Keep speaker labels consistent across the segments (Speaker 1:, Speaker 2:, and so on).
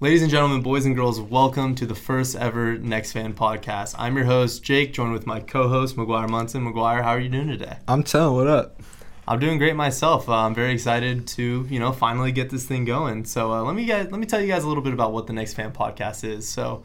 Speaker 1: Ladies and gentlemen, boys and girls, welcome to the first ever Next Fan podcast. I'm your host, Jake, joined with my co host, McGuire Munson. McGuire, how are you doing today?
Speaker 2: I'm telling what up.
Speaker 1: I'm doing great myself. Uh, I'm very excited to, you know, finally get this thing going. So uh, let me guys, let me tell you guys a little bit about what the Next Fan podcast is. So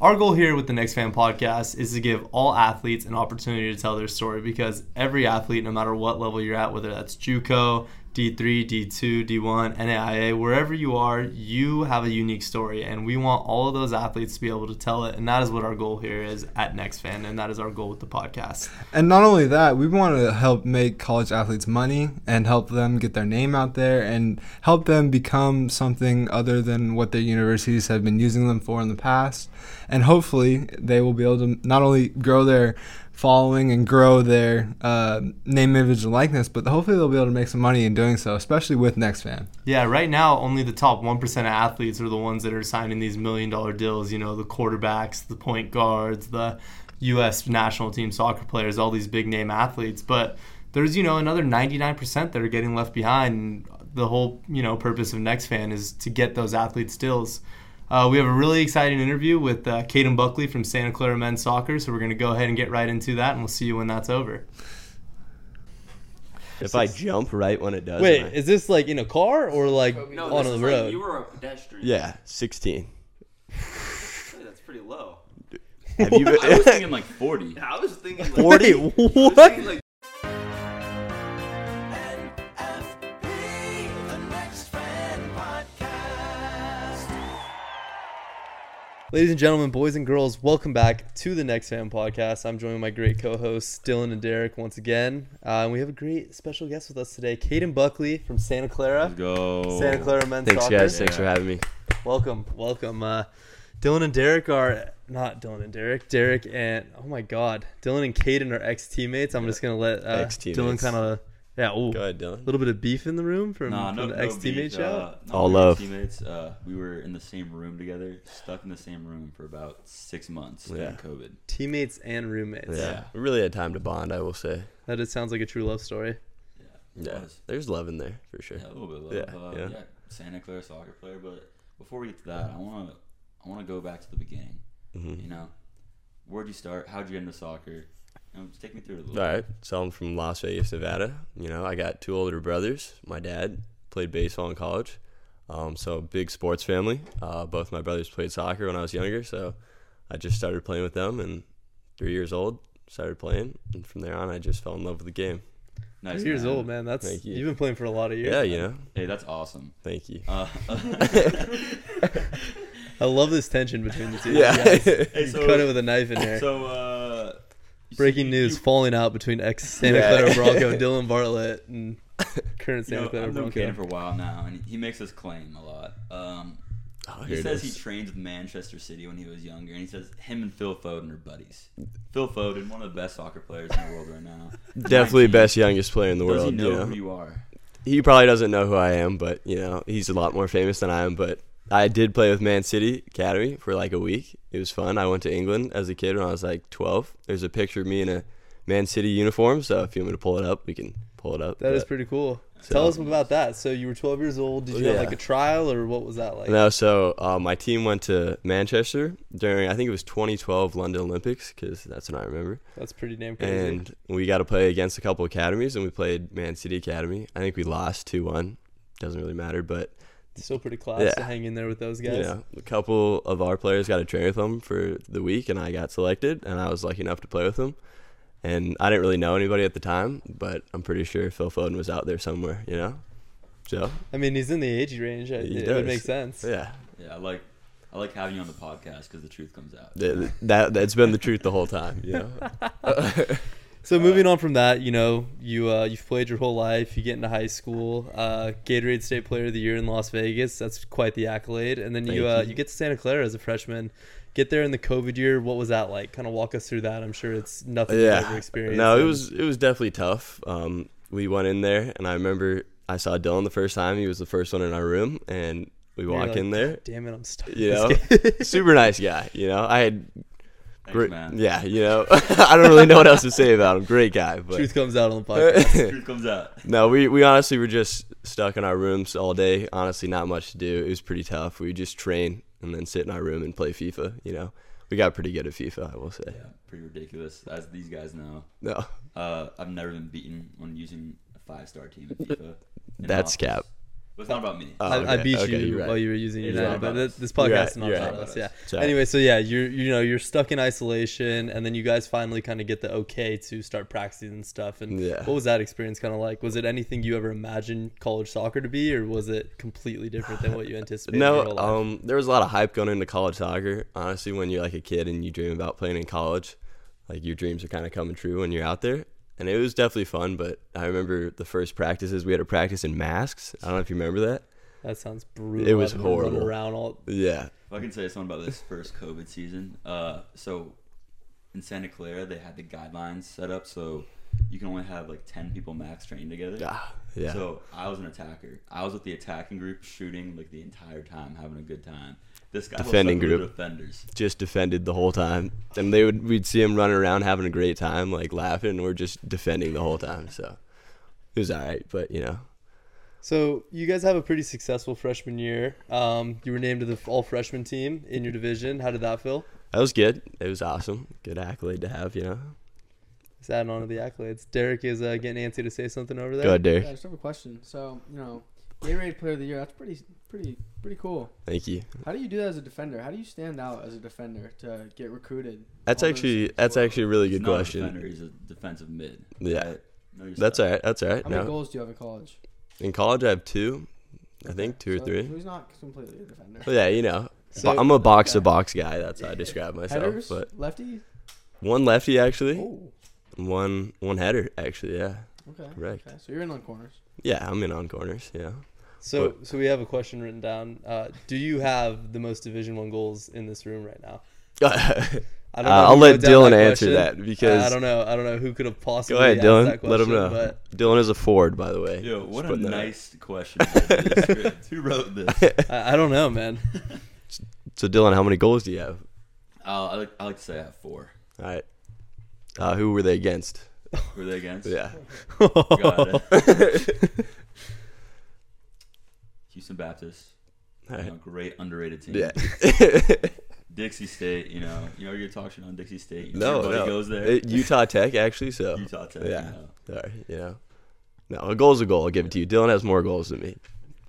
Speaker 1: our goal here with the Next Fan podcast is to give all athletes an opportunity to tell their story because every athlete, no matter what level you're at, whether that's JUCO, D3, D2, D1, NAIA, wherever you are, you have a unique story, and we want all of those athletes to be able to tell it. And that is what our goal here is at Next Fan, and that is our goal with the podcast.
Speaker 2: And not only that, we want to help make college athletes money and help them get their name out there and help them become something other than what their universities have been using them for in the past. And hopefully, they will be able to not only grow their following and grow their uh, name, image, and likeness, but hopefully they'll be able to make some money in doing so, especially with NextFan.
Speaker 1: Yeah, right now only the top one percent of athletes are the ones that are signing these million dollar deals. You know, the quarterbacks, the point guards, the U.S. national team soccer players, all these big name athletes. But there's you know another 99% that are getting left behind. And the whole you know purpose of NextFan is to get those athletes deals. Uh, we have a really exciting interview with uh, Caden Buckley from Santa Clara Men's Soccer. So we're going to go ahead and get right into that, and we'll see you when that's over.
Speaker 3: If I jump right when it does,
Speaker 4: Wait,
Speaker 3: am I-
Speaker 4: is this like in a car or like
Speaker 5: No,
Speaker 4: on
Speaker 5: this
Speaker 4: the
Speaker 5: is
Speaker 4: road?
Speaker 5: Like, you were a pedestrian.
Speaker 3: yeah, sixteen.
Speaker 5: Hey, that's pretty low.
Speaker 3: Have you
Speaker 6: I was
Speaker 3: been
Speaker 6: thinking like 40.
Speaker 5: I was thinking like,
Speaker 3: forty?
Speaker 5: I was thinking, like,
Speaker 4: Ladies and gentlemen, boys and girls, welcome back to the Next Fan Podcast. I'm joined with my great co-hosts Dylan and Derek once again, uh, and we have a great special guest with us today, Caden Buckley from Santa Clara,
Speaker 6: Go.
Speaker 4: Santa Clara Men's
Speaker 3: Thanks,
Speaker 4: Soccer.
Speaker 3: guys. Thanks for having me.
Speaker 4: Welcome, welcome. Uh, Dylan and Derek are not Dylan and Derek. Derek and oh my God, Dylan and Caden are ex-teammates. I'm just gonna let uh,
Speaker 3: Ex-teammates.
Speaker 4: Dylan kind of yeah, ooh,
Speaker 3: Go
Speaker 4: a
Speaker 3: ahead, Dylan.
Speaker 4: little bit of beef in the room from,
Speaker 6: Nah,
Speaker 4: from
Speaker 6: no,
Speaker 4: the
Speaker 6: no
Speaker 4: ex-teammate
Speaker 6: beef,
Speaker 4: shout.
Speaker 6: uh, no,
Speaker 3: All
Speaker 6: we were
Speaker 3: love.
Speaker 6: Teammates. Uh, we were in the same room together, stuck in the same room for about six months
Speaker 3: Yeah.
Speaker 6: during COVID.
Speaker 4: teammates and roommates.
Speaker 3: Yeah, we really had time to bond. I will say.
Speaker 4: That just sounds like a true love story.
Speaker 6: Yeah, it
Speaker 3: Yeah,
Speaker 6: was.
Speaker 3: there's love in there for sure.
Speaker 6: Yeah, a little bit. Of,
Speaker 3: Yeah,
Speaker 6: uh,
Speaker 3: yeah.
Speaker 6: yeah. Santa Clara soccer player. But before we get to that, I wanna, I wanna go back to the beginning.
Speaker 3: Mm-hmm.
Speaker 6: You know, where'd you start? How'd you get into soccer? You know, just take me through it a little.
Speaker 3: All right, so I'm from Las Vegas, Nevada. You know, I got two older brothers. My dad played baseball in college, um, so big sports family. Uh, both my brothers played soccer when I was younger, so I just started playing with them. And three years old, started playing, and from there on, I just fell in love with the game.
Speaker 6: Nice.
Speaker 4: Three years
Speaker 6: man.
Speaker 4: old, man. That's
Speaker 3: Um, Thank you.
Speaker 4: you've been playing for a lot of years.
Speaker 3: Yeah, you know,
Speaker 6: Hey, that's awesome.
Speaker 3: thank you.
Speaker 6: Uh,
Speaker 4: I love this tension between the two.
Speaker 3: Yeah,
Speaker 6: hey,
Speaker 4: You cut it with a knife in there.
Speaker 6: So, uh, you-
Speaker 4: Breaking
Speaker 6: you-
Speaker 4: news:
Speaker 6: you-
Speaker 4: falling out between ex Santa
Speaker 3: Yeah.
Speaker 4: Clara Bronco Dylan Bartlett and current
Speaker 6: you
Speaker 4: Santa
Speaker 6: know,
Speaker 4: Clara
Speaker 6: I've known
Speaker 4: Bronco.
Speaker 6: Caden for a while now, and he makes this claim a lot. Um,
Speaker 3: oh,
Speaker 6: he
Speaker 3: here it
Speaker 6: says he
Speaker 3: is.
Speaker 6: trained with Manchester City when he was younger, and he says him and Phil Foden are buddies. Phil Foden, one of the best soccer players in the world right now.
Speaker 3: Definitely
Speaker 6: 19.
Speaker 3: best youngest player in the
Speaker 6: Does
Speaker 3: world.
Speaker 6: he know
Speaker 3: you know?
Speaker 6: who you are?
Speaker 3: he probably doesn't know who I am, but you know, he's a lot more famous than I am. But I did play with Man City Academy for like a week. It was fun. I went to England as a kid when I was like 12. There's a picture of me in a Man City uniform, so if you want me to pull it up, we can pull it up.
Speaker 4: That is
Speaker 3: But-
Speaker 4: pretty cool. Tell us about that. So you were 12 years old. Did you have
Speaker 3: Oh, Yeah.
Speaker 4: like a trial or what was that like?
Speaker 3: No, so uh, my team went to Manchester during I think it was 2012 London Olympics because that's when I remember.
Speaker 4: That's pretty damn crazy.
Speaker 3: and we got to play against a couple academies, and we played Man City Academy. I think we lost two one. Doesn't really matter, but
Speaker 4: Still pretty class to
Speaker 3: Yeah.
Speaker 4: hang in there with those guys.
Speaker 3: you know, a couple of our players got to train with them for the week, and I got selected, and I was lucky enough to play with them. And I didn't really know anybody at the time, but I'm pretty sure Phil Foden was out there somewhere, you know. So
Speaker 4: I mean, he's in the age range. I-
Speaker 3: He
Speaker 4: It,
Speaker 3: does.
Speaker 4: would make sense.
Speaker 3: yeah,
Speaker 6: Yeah, I like, I like having you on the podcast because the truth comes out.
Speaker 3: th- that that's been the truth the whole time, you know.
Speaker 4: So moving
Speaker 3: Uh,
Speaker 4: on from that, you know, you uh, you've played your whole life. You get into high school, uh, Gatorade State Player of the Year in Las Vegas. That's quite the accolade. And then you
Speaker 3: Thank
Speaker 4: uh,
Speaker 3: you.
Speaker 4: you get to Santa Clara as a freshman. Get there in the COVID year. What was that like? Kind of walk us through that. I'm sure it's nothing you've ever
Speaker 3: yeah.
Speaker 4: experienced.
Speaker 3: No, it
Speaker 4: And
Speaker 3: was it was definitely tough. Um, we went in there, and I remember I saw Dylan the first time. He was the first one in our room, and we
Speaker 4: you're
Speaker 3: walk
Speaker 4: like,
Speaker 3: in there.
Speaker 4: Damn it, I'm stuck. in
Speaker 3: You
Speaker 4: this
Speaker 3: know,
Speaker 4: game."
Speaker 3: super nice guy. You know, I had
Speaker 6: Thanks,
Speaker 3: Great,
Speaker 6: man.
Speaker 3: yeah, you know, I don't really know what else to say about him. Great guy, but
Speaker 4: Truth comes out on the podcast.
Speaker 6: truth comes out.
Speaker 3: no, we we honestly were just stuck in our rooms all day. Honestly, not much to do. It was pretty tough. We would just train and then sit in our room and play FIFA. You know, we got pretty good at FIFA, I will say.
Speaker 6: Yeah, pretty ridiculous. As these guys know,
Speaker 3: No,
Speaker 6: uh, I've never been beaten when using a five-star team in FIFA. in
Speaker 3: That's
Speaker 6: office.
Speaker 3: cap.
Speaker 6: But it's not about me.
Speaker 3: Oh,
Speaker 4: I, I
Speaker 3: okay,
Speaker 4: beat
Speaker 3: okay,
Speaker 4: you
Speaker 3: you're right.
Speaker 4: while you were using
Speaker 6: You're
Speaker 4: United,
Speaker 6: right.
Speaker 4: but this, this
Speaker 3: You're
Speaker 4: podcast
Speaker 3: right,
Speaker 4: is not
Speaker 3: you're
Speaker 4: about
Speaker 3: right.
Speaker 4: us. Yeah.
Speaker 3: Sorry.
Speaker 4: Anyway, so yeah, you're you know you're stuck in isolation, and then you guys finally kind of get the okay to start practicing and stuff. And
Speaker 3: Yeah.
Speaker 4: what was that experience kind of like? Was it anything you ever imagined college soccer to be, or was it completely different than what you anticipated? your
Speaker 3: No,
Speaker 4: whole life?
Speaker 3: um, there was a lot of hype going into college soccer. Honestly, when you're like a kid and you dream about playing in college, like your dreams are kind of coming true when you're out there. And it was definitely fun, but I remember the first practices we had to practice in masks. I don't know if you remember that.
Speaker 4: that sounds brutal.
Speaker 3: it was
Speaker 4: having to run
Speaker 3: horrible.
Speaker 4: Around all
Speaker 3: Yeah,
Speaker 6: If I can say something about this first COVID season, uh, so in Santa Clara they had the guidelines set up so you can only have like ten people max training together.
Speaker 3: Ah, yeah.
Speaker 6: So I was an attacker. I was with the attacking group, shooting like the entire time, having a good time. This guy
Speaker 3: Defending
Speaker 6: was like,
Speaker 3: group.
Speaker 6: defenders.
Speaker 3: just defended the whole time, and they would we'd see him running around having a great time, like laughing, and we're just defending the whole time. So it was all right, but you know,
Speaker 4: So you guys have a pretty successful freshman year. Um, you were named to the all freshman team in your division. How did that feel?
Speaker 3: that was good. It was awesome. Good accolade to have, you know.
Speaker 4: Just adding on to the accolades. Derek is uh, getting antsy to say something over there.
Speaker 3: Go ahead,
Speaker 7: Yeah, I
Speaker 3: Derek.
Speaker 7: just have a question. So, you know, Gatorade Player of the Year. That's pretty, pretty, pretty cool.
Speaker 3: Thank you.
Speaker 7: How do you do that as a defender? How do you stand out as a defender to get recruited?
Speaker 3: That's
Speaker 7: All those
Speaker 3: actually
Speaker 7: things.
Speaker 3: that's actually a really
Speaker 6: He's
Speaker 3: good
Speaker 6: not A
Speaker 3: question.
Speaker 6: defender. He's a defensive mid.
Speaker 3: Yeah.
Speaker 6: Right? Know your
Speaker 3: That's
Speaker 6: stuff.
Speaker 3: all right. That's all right.
Speaker 7: How many
Speaker 3: No,
Speaker 7: goals do you have in college?
Speaker 3: in college I have two, I think two or
Speaker 7: So
Speaker 3: three.
Speaker 7: Who's not completely a defender?
Speaker 3: But yeah, you know,
Speaker 4: So-
Speaker 3: bo- I'm a box to box guy. That's how I describe myself.
Speaker 7: Headers,
Speaker 3: But
Speaker 7: lefty.
Speaker 3: one lefty actually,
Speaker 7: Oh,
Speaker 3: one one header actually. Yeah,
Speaker 7: okay.
Speaker 3: Correct.
Speaker 7: Okay, so you're in on corners.
Speaker 3: yeah. I'm in on corners. Yeah.
Speaker 4: So, so we have a question written down. Uh, do you have the most Division One goals in this room right now? I
Speaker 3: Uh,
Speaker 4: who
Speaker 3: I'll let
Speaker 4: wrote down
Speaker 3: Dylan
Speaker 4: that question.
Speaker 3: answer that,
Speaker 4: Uh, I
Speaker 3: because-
Speaker 4: don't know. I don't know who could have
Speaker 3: Go
Speaker 4: possibly
Speaker 3: ahead,
Speaker 4: asked
Speaker 3: Dylan.
Speaker 4: that question.
Speaker 3: Let him know.
Speaker 4: But
Speaker 3: Dylan is a Ford, by the way.
Speaker 6: Yo, what
Speaker 3: Just
Speaker 6: a
Speaker 3: putting that out.
Speaker 6: nice question. Who wrote this?
Speaker 4: I, I don't know, man.
Speaker 3: So, Dylan, how many goals do you have?
Speaker 6: I'll, I, like, I like to say I have four.
Speaker 3: All right. Uh, who were they against?
Speaker 6: Were they against?
Speaker 3: Yeah.
Speaker 6: Got it. Houston Baptist,
Speaker 3: All
Speaker 6: you
Speaker 3: right.
Speaker 6: know, great underrated team.
Speaker 3: Yeah.
Speaker 6: Dixie State, you know, you know, you're talking shit on Dixie State. You know,
Speaker 3: no,
Speaker 6: everybody
Speaker 3: no.
Speaker 6: goes there.
Speaker 3: It- Utah Tech, actually. So.
Speaker 6: Utah Tech.
Speaker 3: Yeah.
Speaker 6: You know.
Speaker 3: Sorry. You know. No, a goal's a goal. I'll give it to you. Dylan has more goals than me.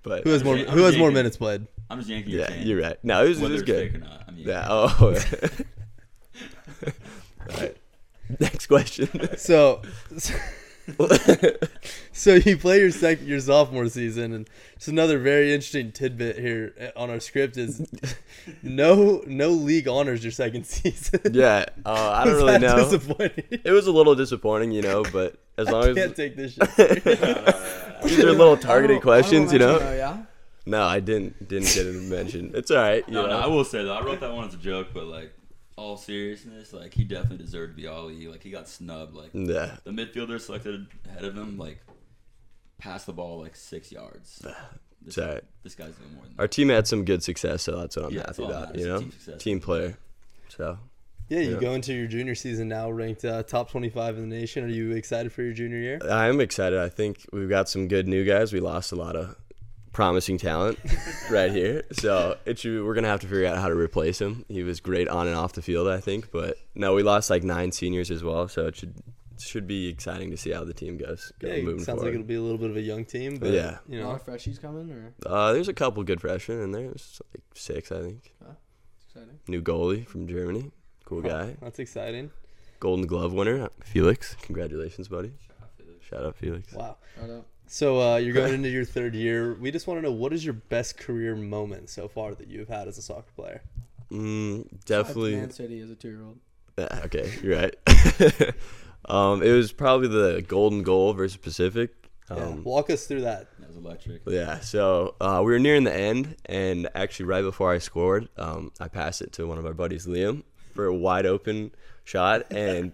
Speaker 3: But
Speaker 4: Who has
Speaker 6: I'm
Speaker 4: more?
Speaker 6: just-
Speaker 4: Who has more
Speaker 6: I'm
Speaker 4: minutes played?
Speaker 6: I'm just yanking your
Speaker 3: yeah,
Speaker 6: chain.
Speaker 3: you're right. No, it was, it
Speaker 6: Whether
Speaker 3: was
Speaker 6: it's fake or
Speaker 3: good.
Speaker 6: not, I mean,
Speaker 3: Yeah. Oh. All right. Next question.
Speaker 4: So, so you play your second your sophomore season, and just another very interesting tidbit here uh, on our script is no no league honors your second season.
Speaker 3: yeah. Uh, I don't
Speaker 4: Was
Speaker 3: really
Speaker 4: that
Speaker 3: know.
Speaker 4: Disappointing.
Speaker 3: It was a little disappointing, you know, but as long
Speaker 4: I
Speaker 3: as
Speaker 4: can't take this shit.
Speaker 3: these are little targeted
Speaker 7: Honorable- honorable
Speaker 3: questions, you
Speaker 7: mention,
Speaker 3: know.
Speaker 7: though, yeah.
Speaker 3: No, I didn't didn't get it mentioned. It's all right. You
Speaker 6: No, no, I
Speaker 3: know.
Speaker 6: will say though, I wrote that one as a joke, but like, all seriousness, like he definitely deserved to be all E. Like he got snubbed. Like
Speaker 3: Yeah.
Speaker 6: the midfielder selected ahead of him, like passed the ball like six yards. This,
Speaker 3: all right.
Speaker 6: this guy's doing more than
Speaker 3: Our team had some good success, so that's what I'm
Speaker 6: Yeah, that's
Speaker 3: happy
Speaker 6: all that
Speaker 3: about.
Speaker 6: matters,
Speaker 3: You
Speaker 6: is
Speaker 3: know,
Speaker 6: team success.
Speaker 3: team player. So
Speaker 4: Yeah, you
Speaker 3: Yeah.
Speaker 4: go into your junior season now, ranked uh, top 25 in the nation. Are you excited for your junior year?
Speaker 3: I am excited. I think we've got some good new guys. We lost a lot of promising talent right here, so it should, we're gonna have to figure out how to replace him. He was great on and off the field, I think, but no, we lost like nine seniors as well, so it should should be exciting to see how the team goes. go
Speaker 4: Yeah, it
Speaker 3: moving
Speaker 4: sounds
Speaker 3: forward.
Speaker 4: like it'll be a little bit of a young team, but
Speaker 3: Yeah.
Speaker 4: you
Speaker 7: A lot
Speaker 4: know,
Speaker 7: of freshies coming, or
Speaker 3: Uh, there's a couple good freshmen in there. There's like six, I think.
Speaker 7: exciting.
Speaker 3: New goalie from Germany. Cool guy.
Speaker 4: that's exciting.
Speaker 3: Golden Glove winner, Felix. Congratulations, buddy. Shout out, Felix.
Speaker 4: Wow.
Speaker 7: Shout out.
Speaker 4: So uh, you're going into your third year. We just want to know what is your best career moment so far that you've had as a soccer player?
Speaker 3: Mm,
Speaker 7: Shout out to
Speaker 3: definitely.
Speaker 7: Man City as a two-year-old.
Speaker 3: Ah, okay, you're right. um, it was probably the golden goal versus Pacific.
Speaker 4: Yeah.
Speaker 3: Um,
Speaker 4: Walk us through that.
Speaker 6: that. That was electric.
Speaker 3: Yeah, so uh, we were nearing the end, and actually, right before I scored, um, I passed it to one of our buddies, Liam, for a wide open shot, and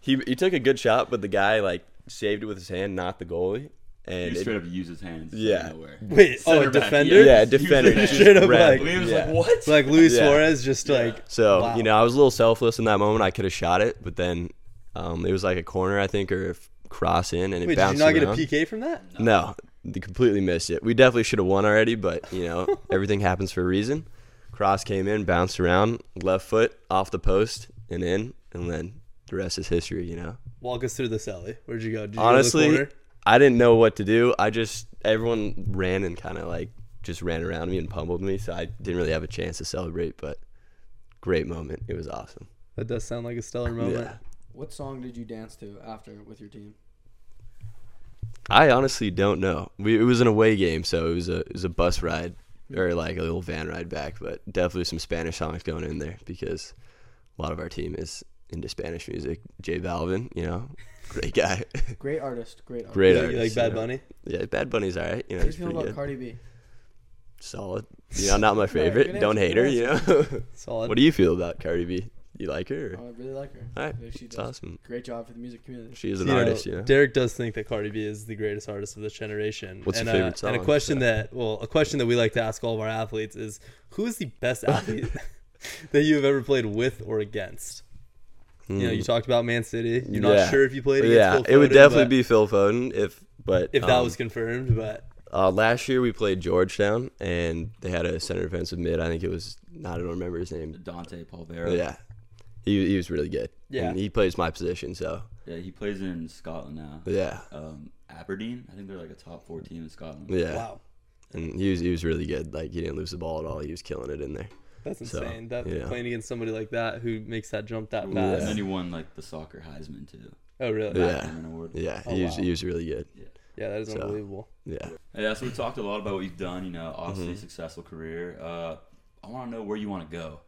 Speaker 3: he he took a good shot, but the guy like saved it with his hand, not the goalie, and
Speaker 6: He
Speaker 3: it-
Speaker 6: straight up used his hands. out of
Speaker 3: Yeah.
Speaker 6: nowhere.
Speaker 4: Wait, oh,
Speaker 6: Center
Speaker 4: a
Speaker 6: back,
Speaker 4: defender?
Speaker 3: yeah,
Speaker 6: He was
Speaker 3: defender
Speaker 6: like-
Speaker 3: just
Speaker 4: Straight up
Speaker 3: grabbed-
Speaker 4: like-
Speaker 6: Liam was
Speaker 3: yeah.
Speaker 6: like, "What?"
Speaker 4: Like Luis
Speaker 3: Yeah.
Speaker 4: Suarez, just like
Speaker 3: So
Speaker 4: Wow.
Speaker 3: you know, I was a little selfless in that moment. I could have shot it, but then um, it was like a corner, I think, or a f- cross in, and
Speaker 4: wait,
Speaker 3: it
Speaker 4: did you
Speaker 3: bounced
Speaker 4: not get a
Speaker 3: around.
Speaker 4: PK from that?
Speaker 3: No, they completely missed it. We definitely should have won already, but you know, everything happens for a reason. Cross came in, bounced around, left foot off the post and in, and then the rest is history. You know.
Speaker 4: Walk us through this alley. Where'd you go? Did you go to the
Speaker 3: Honestly,
Speaker 4: corner?
Speaker 3: I didn't know what to do. I just everyone ran and kind of like just ran around me and pummeled me, so I didn't really have a chance to celebrate. But great moment. It was awesome.
Speaker 4: that does sound like a stellar moment.
Speaker 3: Yeah.
Speaker 7: What song did you dance to after with your team?
Speaker 3: I honestly don't know. We, it was an away game, so it was a it was a bus ride or like a little van ride back, but definitely some Spanish songs going in there because a lot of our team is into Spanish music. Jay Valvin, you know, great guy,
Speaker 7: Great artist, great artist.
Speaker 3: great
Speaker 4: You-
Speaker 3: artist.
Speaker 4: you like
Speaker 3: you
Speaker 4: Bad
Speaker 3: know.
Speaker 4: Bunny?
Speaker 3: Yeah, Bad Bunny's all right. You know,
Speaker 7: How
Speaker 3: he's
Speaker 7: do you feel
Speaker 3: pretty
Speaker 7: about
Speaker 3: good,
Speaker 7: Cardi B?
Speaker 3: solid. You know, not my favorite.
Speaker 7: good
Speaker 3: don't
Speaker 7: answer,
Speaker 3: hate her.
Speaker 7: good
Speaker 3: You know.
Speaker 4: Solid.
Speaker 3: what do you feel about Cardi B? You like her?
Speaker 7: Oh, I really like her.
Speaker 3: All right,
Speaker 7: I think she
Speaker 3: it's
Speaker 7: does
Speaker 3: awesome.
Speaker 7: a great job for the music community.
Speaker 3: She is an
Speaker 4: You know,
Speaker 3: artist. You know.
Speaker 4: Derek does think that Cardi B is the greatest artist of this generation.
Speaker 3: What's
Speaker 4: and,
Speaker 3: your favorite
Speaker 4: uh, And a
Speaker 3: song?
Speaker 4: question
Speaker 3: Yeah.
Speaker 4: that, well, a question that we like to ask all of our athletes is, who is the best athlete that you have ever played with or against? You know, you
Speaker 3: Mm.
Speaker 4: talked about Man City. You're
Speaker 3: Yeah.
Speaker 4: not sure if you played against.
Speaker 3: yeah,
Speaker 4: Phil
Speaker 3: it would
Speaker 4: Foden,
Speaker 3: definitely
Speaker 4: but-
Speaker 3: be Phil Foden if, but
Speaker 4: if that
Speaker 3: um,
Speaker 4: was confirmed. But
Speaker 3: Uh, last year we played Georgetown and they had a center defensive mid. I think it was I don't remember his name.
Speaker 6: Dante Palvera.
Speaker 3: Yeah, he he was really good.
Speaker 4: Yeah.
Speaker 3: and he plays my position. So
Speaker 6: Yeah, he plays in Scotland now.
Speaker 3: yeah,
Speaker 6: Um, Aberdeen, I think they're like a top four team in Scotland.
Speaker 3: yeah.
Speaker 4: wow,
Speaker 3: And he was he was really good. Like he didn't lose the ball at all. He was killing it in there.
Speaker 4: that's
Speaker 3: So,
Speaker 4: insane. that
Speaker 3: yeah.
Speaker 4: playing against somebody like that who makes that jump that
Speaker 6: Ooh, And
Speaker 4: fast.
Speaker 6: then he won like the soccer Heisman too.
Speaker 4: Oh, really? Yeah,
Speaker 3: Yeah.
Speaker 6: Heisman Award.
Speaker 3: Yeah,
Speaker 4: Oh,
Speaker 3: he was
Speaker 4: wow.
Speaker 3: he was really good.
Speaker 4: that is
Speaker 3: So-
Speaker 4: unbelievable.
Speaker 3: Yeah.
Speaker 6: Yeah, so we talked a lot about what you've done, you know, obviously
Speaker 3: Mm-hmm.
Speaker 6: a successful career. Uh, I want to know where you want to go.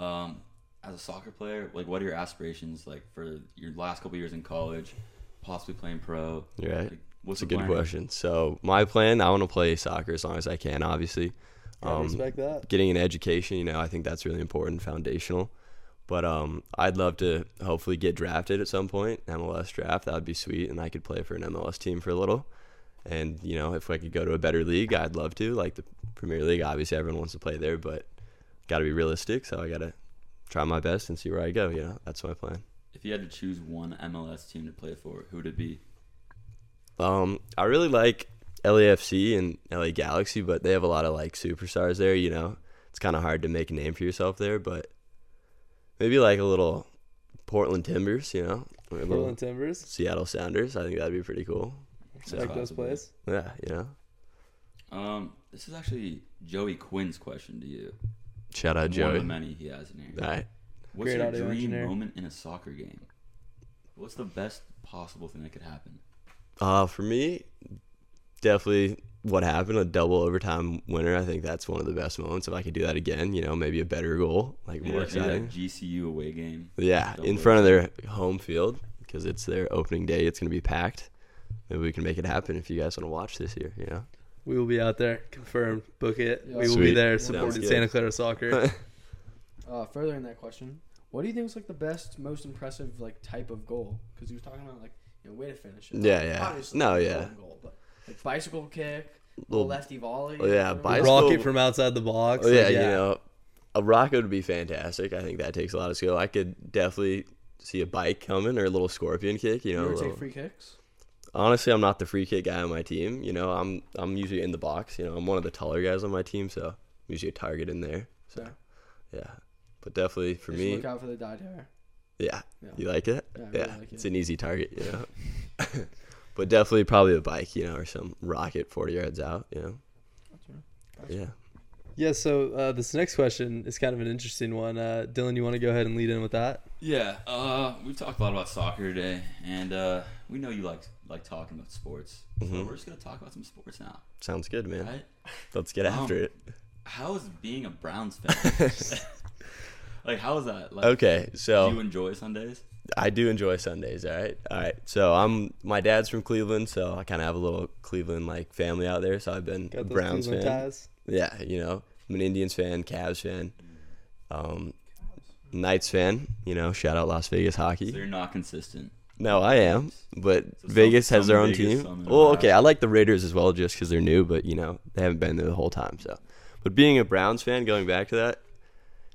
Speaker 6: Um, as a soccer player, like what are your aspirations like for your last couple years in college, possibly playing pro?
Speaker 3: You're right.
Speaker 6: Like, what's
Speaker 3: That's a
Speaker 6: the
Speaker 3: good
Speaker 6: plan?
Speaker 3: question. So my plan, I want to play soccer as long as I can. Obviously,
Speaker 4: I
Speaker 3: um,
Speaker 4: respect that.
Speaker 3: getting an education, you know, I think that's really important, foundational. But um, I'd love to hopefully get drafted at some point, MLS draft. That would be sweet, and I could play for an MLS team for a little. And you know, if I could go to a better league, I'd love to. Like the Premier League, obviously everyone wants to play there, but got to be realistic. So I got to try my best and see where I go. You know, that's my plan.
Speaker 6: If you had to choose one MLS team to play for, who would it be?
Speaker 3: Um, I really like LAFC and LA Galaxy, but they have a lot of like superstars there. You know, it's kind of hard to make a name for yourself there, but maybe like a little Portland Timbers, you know, or a little
Speaker 4: Portland Timbers.
Speaker 3: Seattle Sounders. I think that'd be pretty cool.
Speaker 6: That's
Speaker 4: Like those
Speaker 6: possible.
Speaker 4: plays.
Speaker 3: Yeah, you know.
Speaker 6: Um, this is actually Joey Quinn's question to you.
Speaker 3: Shout out
Speaker 6: One of
Speaker 3: Joey.
Speaker 6: the many he has in here.
Speaker 3: All right.
Speaker 6: What's
Speaker 4: Great
Speaker 6: your
Speaker 4: audio
Speaker 6: dream
Speaker 4: engineer.
Speaker 6: moment in a soccer game? What's the best possible thing that could happen?
Speaker 3: Uh, for me, definitely what happened a double overtime winner. I think that's one of the best moments. If I could do that again, you know, maybe a better goal, like
Speaker 6: Maybe
Speaker 3: more
Speaker 6: that- maybe that
Speaker 3: exciting.
Speaker 6: GCU away game.
Speaker 3: Yeah,
Speaker 6: Don't
Speaker 3: in
Speaker 6: worry.
Speaker 3: front of their home field because it's their opening day. It's going to be packed. Maybe we can make it happen if you guys want to watch this year. You know,
Speaker 4: We will be out there, confirmed. Book it.
Speaker 7: Yeah.
Speaker 4: We will be
Speaker 3: Sweet.
Speaker 4: there
Speaker 7: Sounds
Speaker 4: supporting
Speaker 3: good.
Speaker 4: Santa Clara soccer.
Speaker 7: Uh, further in that question, what do you think is like the best, most impressive like type of goal? Because he was talking about like you know way to finish it.
Speaker 3: Yeah, yeah.
Speaker 7: Obviously,
Speaker 3: No,
Speaker 7: it's a
Speaker 3: yeah.
Speaker 7: golden Goal, but, like bicycle kick,
Speaker 3: Little-
Speaker 7: little lefty volley.
Speaker 3: Oh, yeah,
Speaker 7: whatever.
Speaker 3: bicycle-
Speaker 4: Rocket from outside the box.
Speaker 3: oh,
Speaker 4: like,
Speaker 3: yeah, you know, a rocket would be fantastic. I think that takes a lot of skill. I could definitely see a bike coming or a little scorpion kick. You
Speaker 7: You
Speaker 3: know, a
Speaker 7: ever
Speaker 3: little-
Speaker 7: take free kicks?
Speaker 3: honestly, I'm not the free kick guy on my team. You know, I'm I'm usually in the box. You know, I'm one of the taller guys on my team, so I'm usually a target in there. So,
Speaker 7: Fair.
Speaker 3: yeah, but definitely for
Speaker 7: Just
Speaker 3: me,
Speaker 7: look out for the dyed hair.
Speaker 3: Yeah.
Speaker 7: Yeah.
Speaker 3: You like it?
Speaker 7: Yeah, I really like
Speaker 3: It's
Speaker 7: it.
Speaker 3: an easy target, you know. but definitely probably a bike, you know, or some rocket 40 yards out, you know. Yeah.
Speaker 4: Yeah, so uh, this next question is kind of an interesting one. Uh, Dylan, you want to go ahead and lead in with that?
Speaker 6: Yeah, uh, we've talked a lot about soccer today, and uh, we know you like like talking about sports. So
Speaker 3: Mhm.
Speaker 6: we're just gonna talk about some sports now,
Speaker 3: Sounds good, man.
Speaker 6: right?
Speaker 3: Let's get after
Speaker 6: Um,
Speaker 3: it.
Speaker 6: How is being a Browns fan? like, how is that? Like,
Speaker 3: Okay, so
Speaker 6: do you enjoy Sundays?
Speaker 3: I do enjoy Sundays. All right, all right. So I'm my dad's from Cleveland, so I kind of have a little Cleveland like family out there. So I've been a
Speaker 4: Got those
Speaker 3: Browns
Speaker 4: Cleveland
Speaker 3: fan.
Speaker 4: ties.
Speaker 3: Yeah, you know, I'm an Indians fan, Cavs fan, um, Knights fan. You know, shout out Las Vegas hockey.
Speaker 6: So you're not consistent.
Speaker 3: No, I am, but
Speaker 6: So some-
Speaker 3: Vegas has their
Speaker 6: some
Speaker 3: own
Speaker 6: Vegas, some
Speaker 3: team.
Speaker 6: in
Speaker 3: Well,
Speaker 6: Ohio.
Speaker 3: okay, I like the Raiders as well, just because they're new, but you know they haven't been there the whole time. So, but being a Browns fan, going back to that,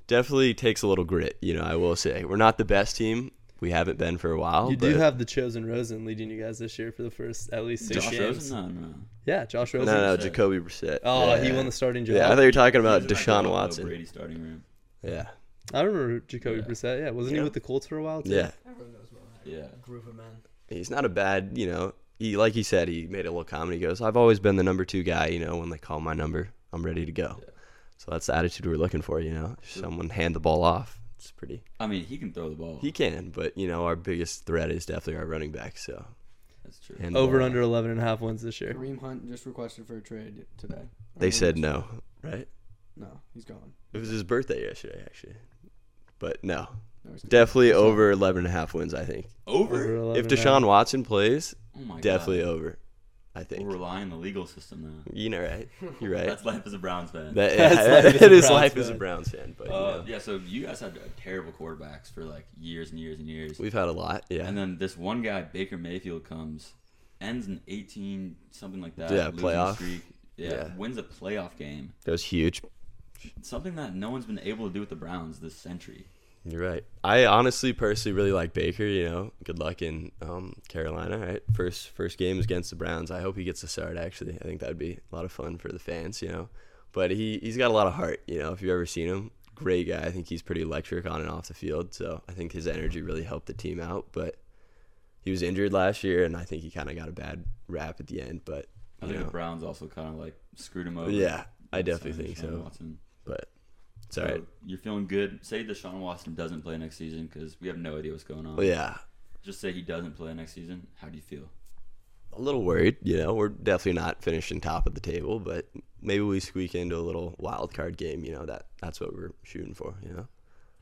Speaker 3: definitely takes a little grit. You know, I will say we're not the best team we haven't been for a while.
Speaker 4: You do
Speaker 3: but-
Speaker 4: have the chosen Rosen leading you guys this year for the first at least six
Speaker 6: Josh
Speaker 4: games.
Speaker 6: Rosen? No, no, no.
Speaker 4: Yeah, Josh
Speaker 3: no,
Speaker 4: Rosen.
Speaker 3: no,
Speaker 6: Brissett.
Speaker 3: Jacoby Brissett.
Speaker 4: Oh,
Speaker 3: yeah.
Speaker 4: he won the starting job.
Speaker 3: Yeah, I thought you were talking about
Speaker 6: He was in my
Speaker 3: Deshaun
Speaker 6: Bill
Speaker 3: Watson.
Speaker 6: Brady starting room.
Speaker 3: Yeah,
Speaker 4: I remember Jacoby
Speaker 6: Yeah.
Speaker 4: Brissett. Yeah, wasn't
Speaker 3: Yeah.
Speaker 4: he with the Colts for a while? Too?
Speaker 3: yeah.
Speaker 7: Everyone knows about that
Speaker 6: Yeah.
Speaker 7: group of men.
Speaker 3: He's not a bad, you know. He like he said, he made a little comment. He goes, "I've always been the number two guy. You know, when they call my number, I'm ready to go." So that's the attitude we're looking for. You know, someone hand the ball off. It's pretty.
Speaker 6: I mean, he can throw the ball.
Speaker 3: He can, but you know, our biggest threat is definitely our running back. So uh,
Speaker 6: That's true.
Speaker 3: hand the
Speaker 4: Over
Speaker 3: ball
Speaker 4: under
Speaker 3: off.
Speaker 4: 11 and a half wins this year.
Speaker 7: Kareem Hunt just requested for a trade today.
Speaker 3: They said no, right?
Speaker 7: No, he's gone.
Speaker 3: It was his birthday yesterday, actually. But no,
Speaker 7: No, he's
Speaker 3: definitely over 11 and a half wins. I think
Speaker 4: Over
Speaker 6: Over?
Speaker 3: if
Speaker 4: 11 and a half.
Speaker 3: Deshaun Watson plays,
Speaker 6: Oh my
Speaker 3: definitely
Speaker 6: God.
Speaker 3: over. I think.
Speaker 6: We're relying on the legal system now.
Speaker 3: You know, right? You're right.
Speaker 6: That's life as a Browns fan.
Speaker 3: That,
Speaker 4: That's life as
Speaker 3: it
Speaker 4: a
Speaker 3: is
Speaker 4: Browns
Speaker 3: life as a
Speaker 4: fan.
Speaker 3: Browns fan, but you
Speaker 6: Uh,
Speaker 3: know,
Speaker 6: yeah, so you guys had uh, terrible quarterbacks for like years and years and years.
Speaker 3: we've had a lot. Yeah,
Speaker 6: And then this one guy, Baker Mayfield, comes, ends an 18, something like that.
Speaker 3: Yeah,
Speaker 6: losing
Speaker 3: playoff.
Speaker 6: Streak. Yeah,
Speaker 3: Yeah.
Speaker 6: wins a playoff game.
Speaker 3: that was huge.
Speaker 6: Something that no one's been able to do with the Browns this century.
Speaker 3: You're right. I honestly, personally, really like Baker. You know, good luck in um, Carolina. Right, first first game is against the Browns. I hope he gets the start. Actually, I think that would be a lot of fun for the fans. You know, but he he's got a lot of heart. You know, if you've ever seen him, great guy. I think he's pretty electric on and off the field. So I think his energy really helped the team out. But he was injured last year, and I think he kind of got a bad rap at the end. But
Speaker 6: I
Speaker 3: you
Speaker 6: think the
Speaker 3: know,
Speaker 6: Browns also kind of like screwed him over.
Speaker 3: yeah, I
Speaker 6: Signing
Speaker 3: definitely think
Speaker 6: Deshaun
Speaker 3: so.
Speaker 6: Watson.
Speaker 3: But it's
Speaker 6: So
Speaker 3: all right.
Speaker 6: you're feeling good. Say Deshaun Watson doesn't play next season because we have no idea what's going on.
Speaker 3: Well, Oh, yeah,
Speaker 6: Just say he doesn't play next season. How do you feel?
Speaker 3: a little worried. You know, we're definitely not finishing top of the table, but maybe we squeak into a little wild card game. You know, that that's what we're shooting for. You know,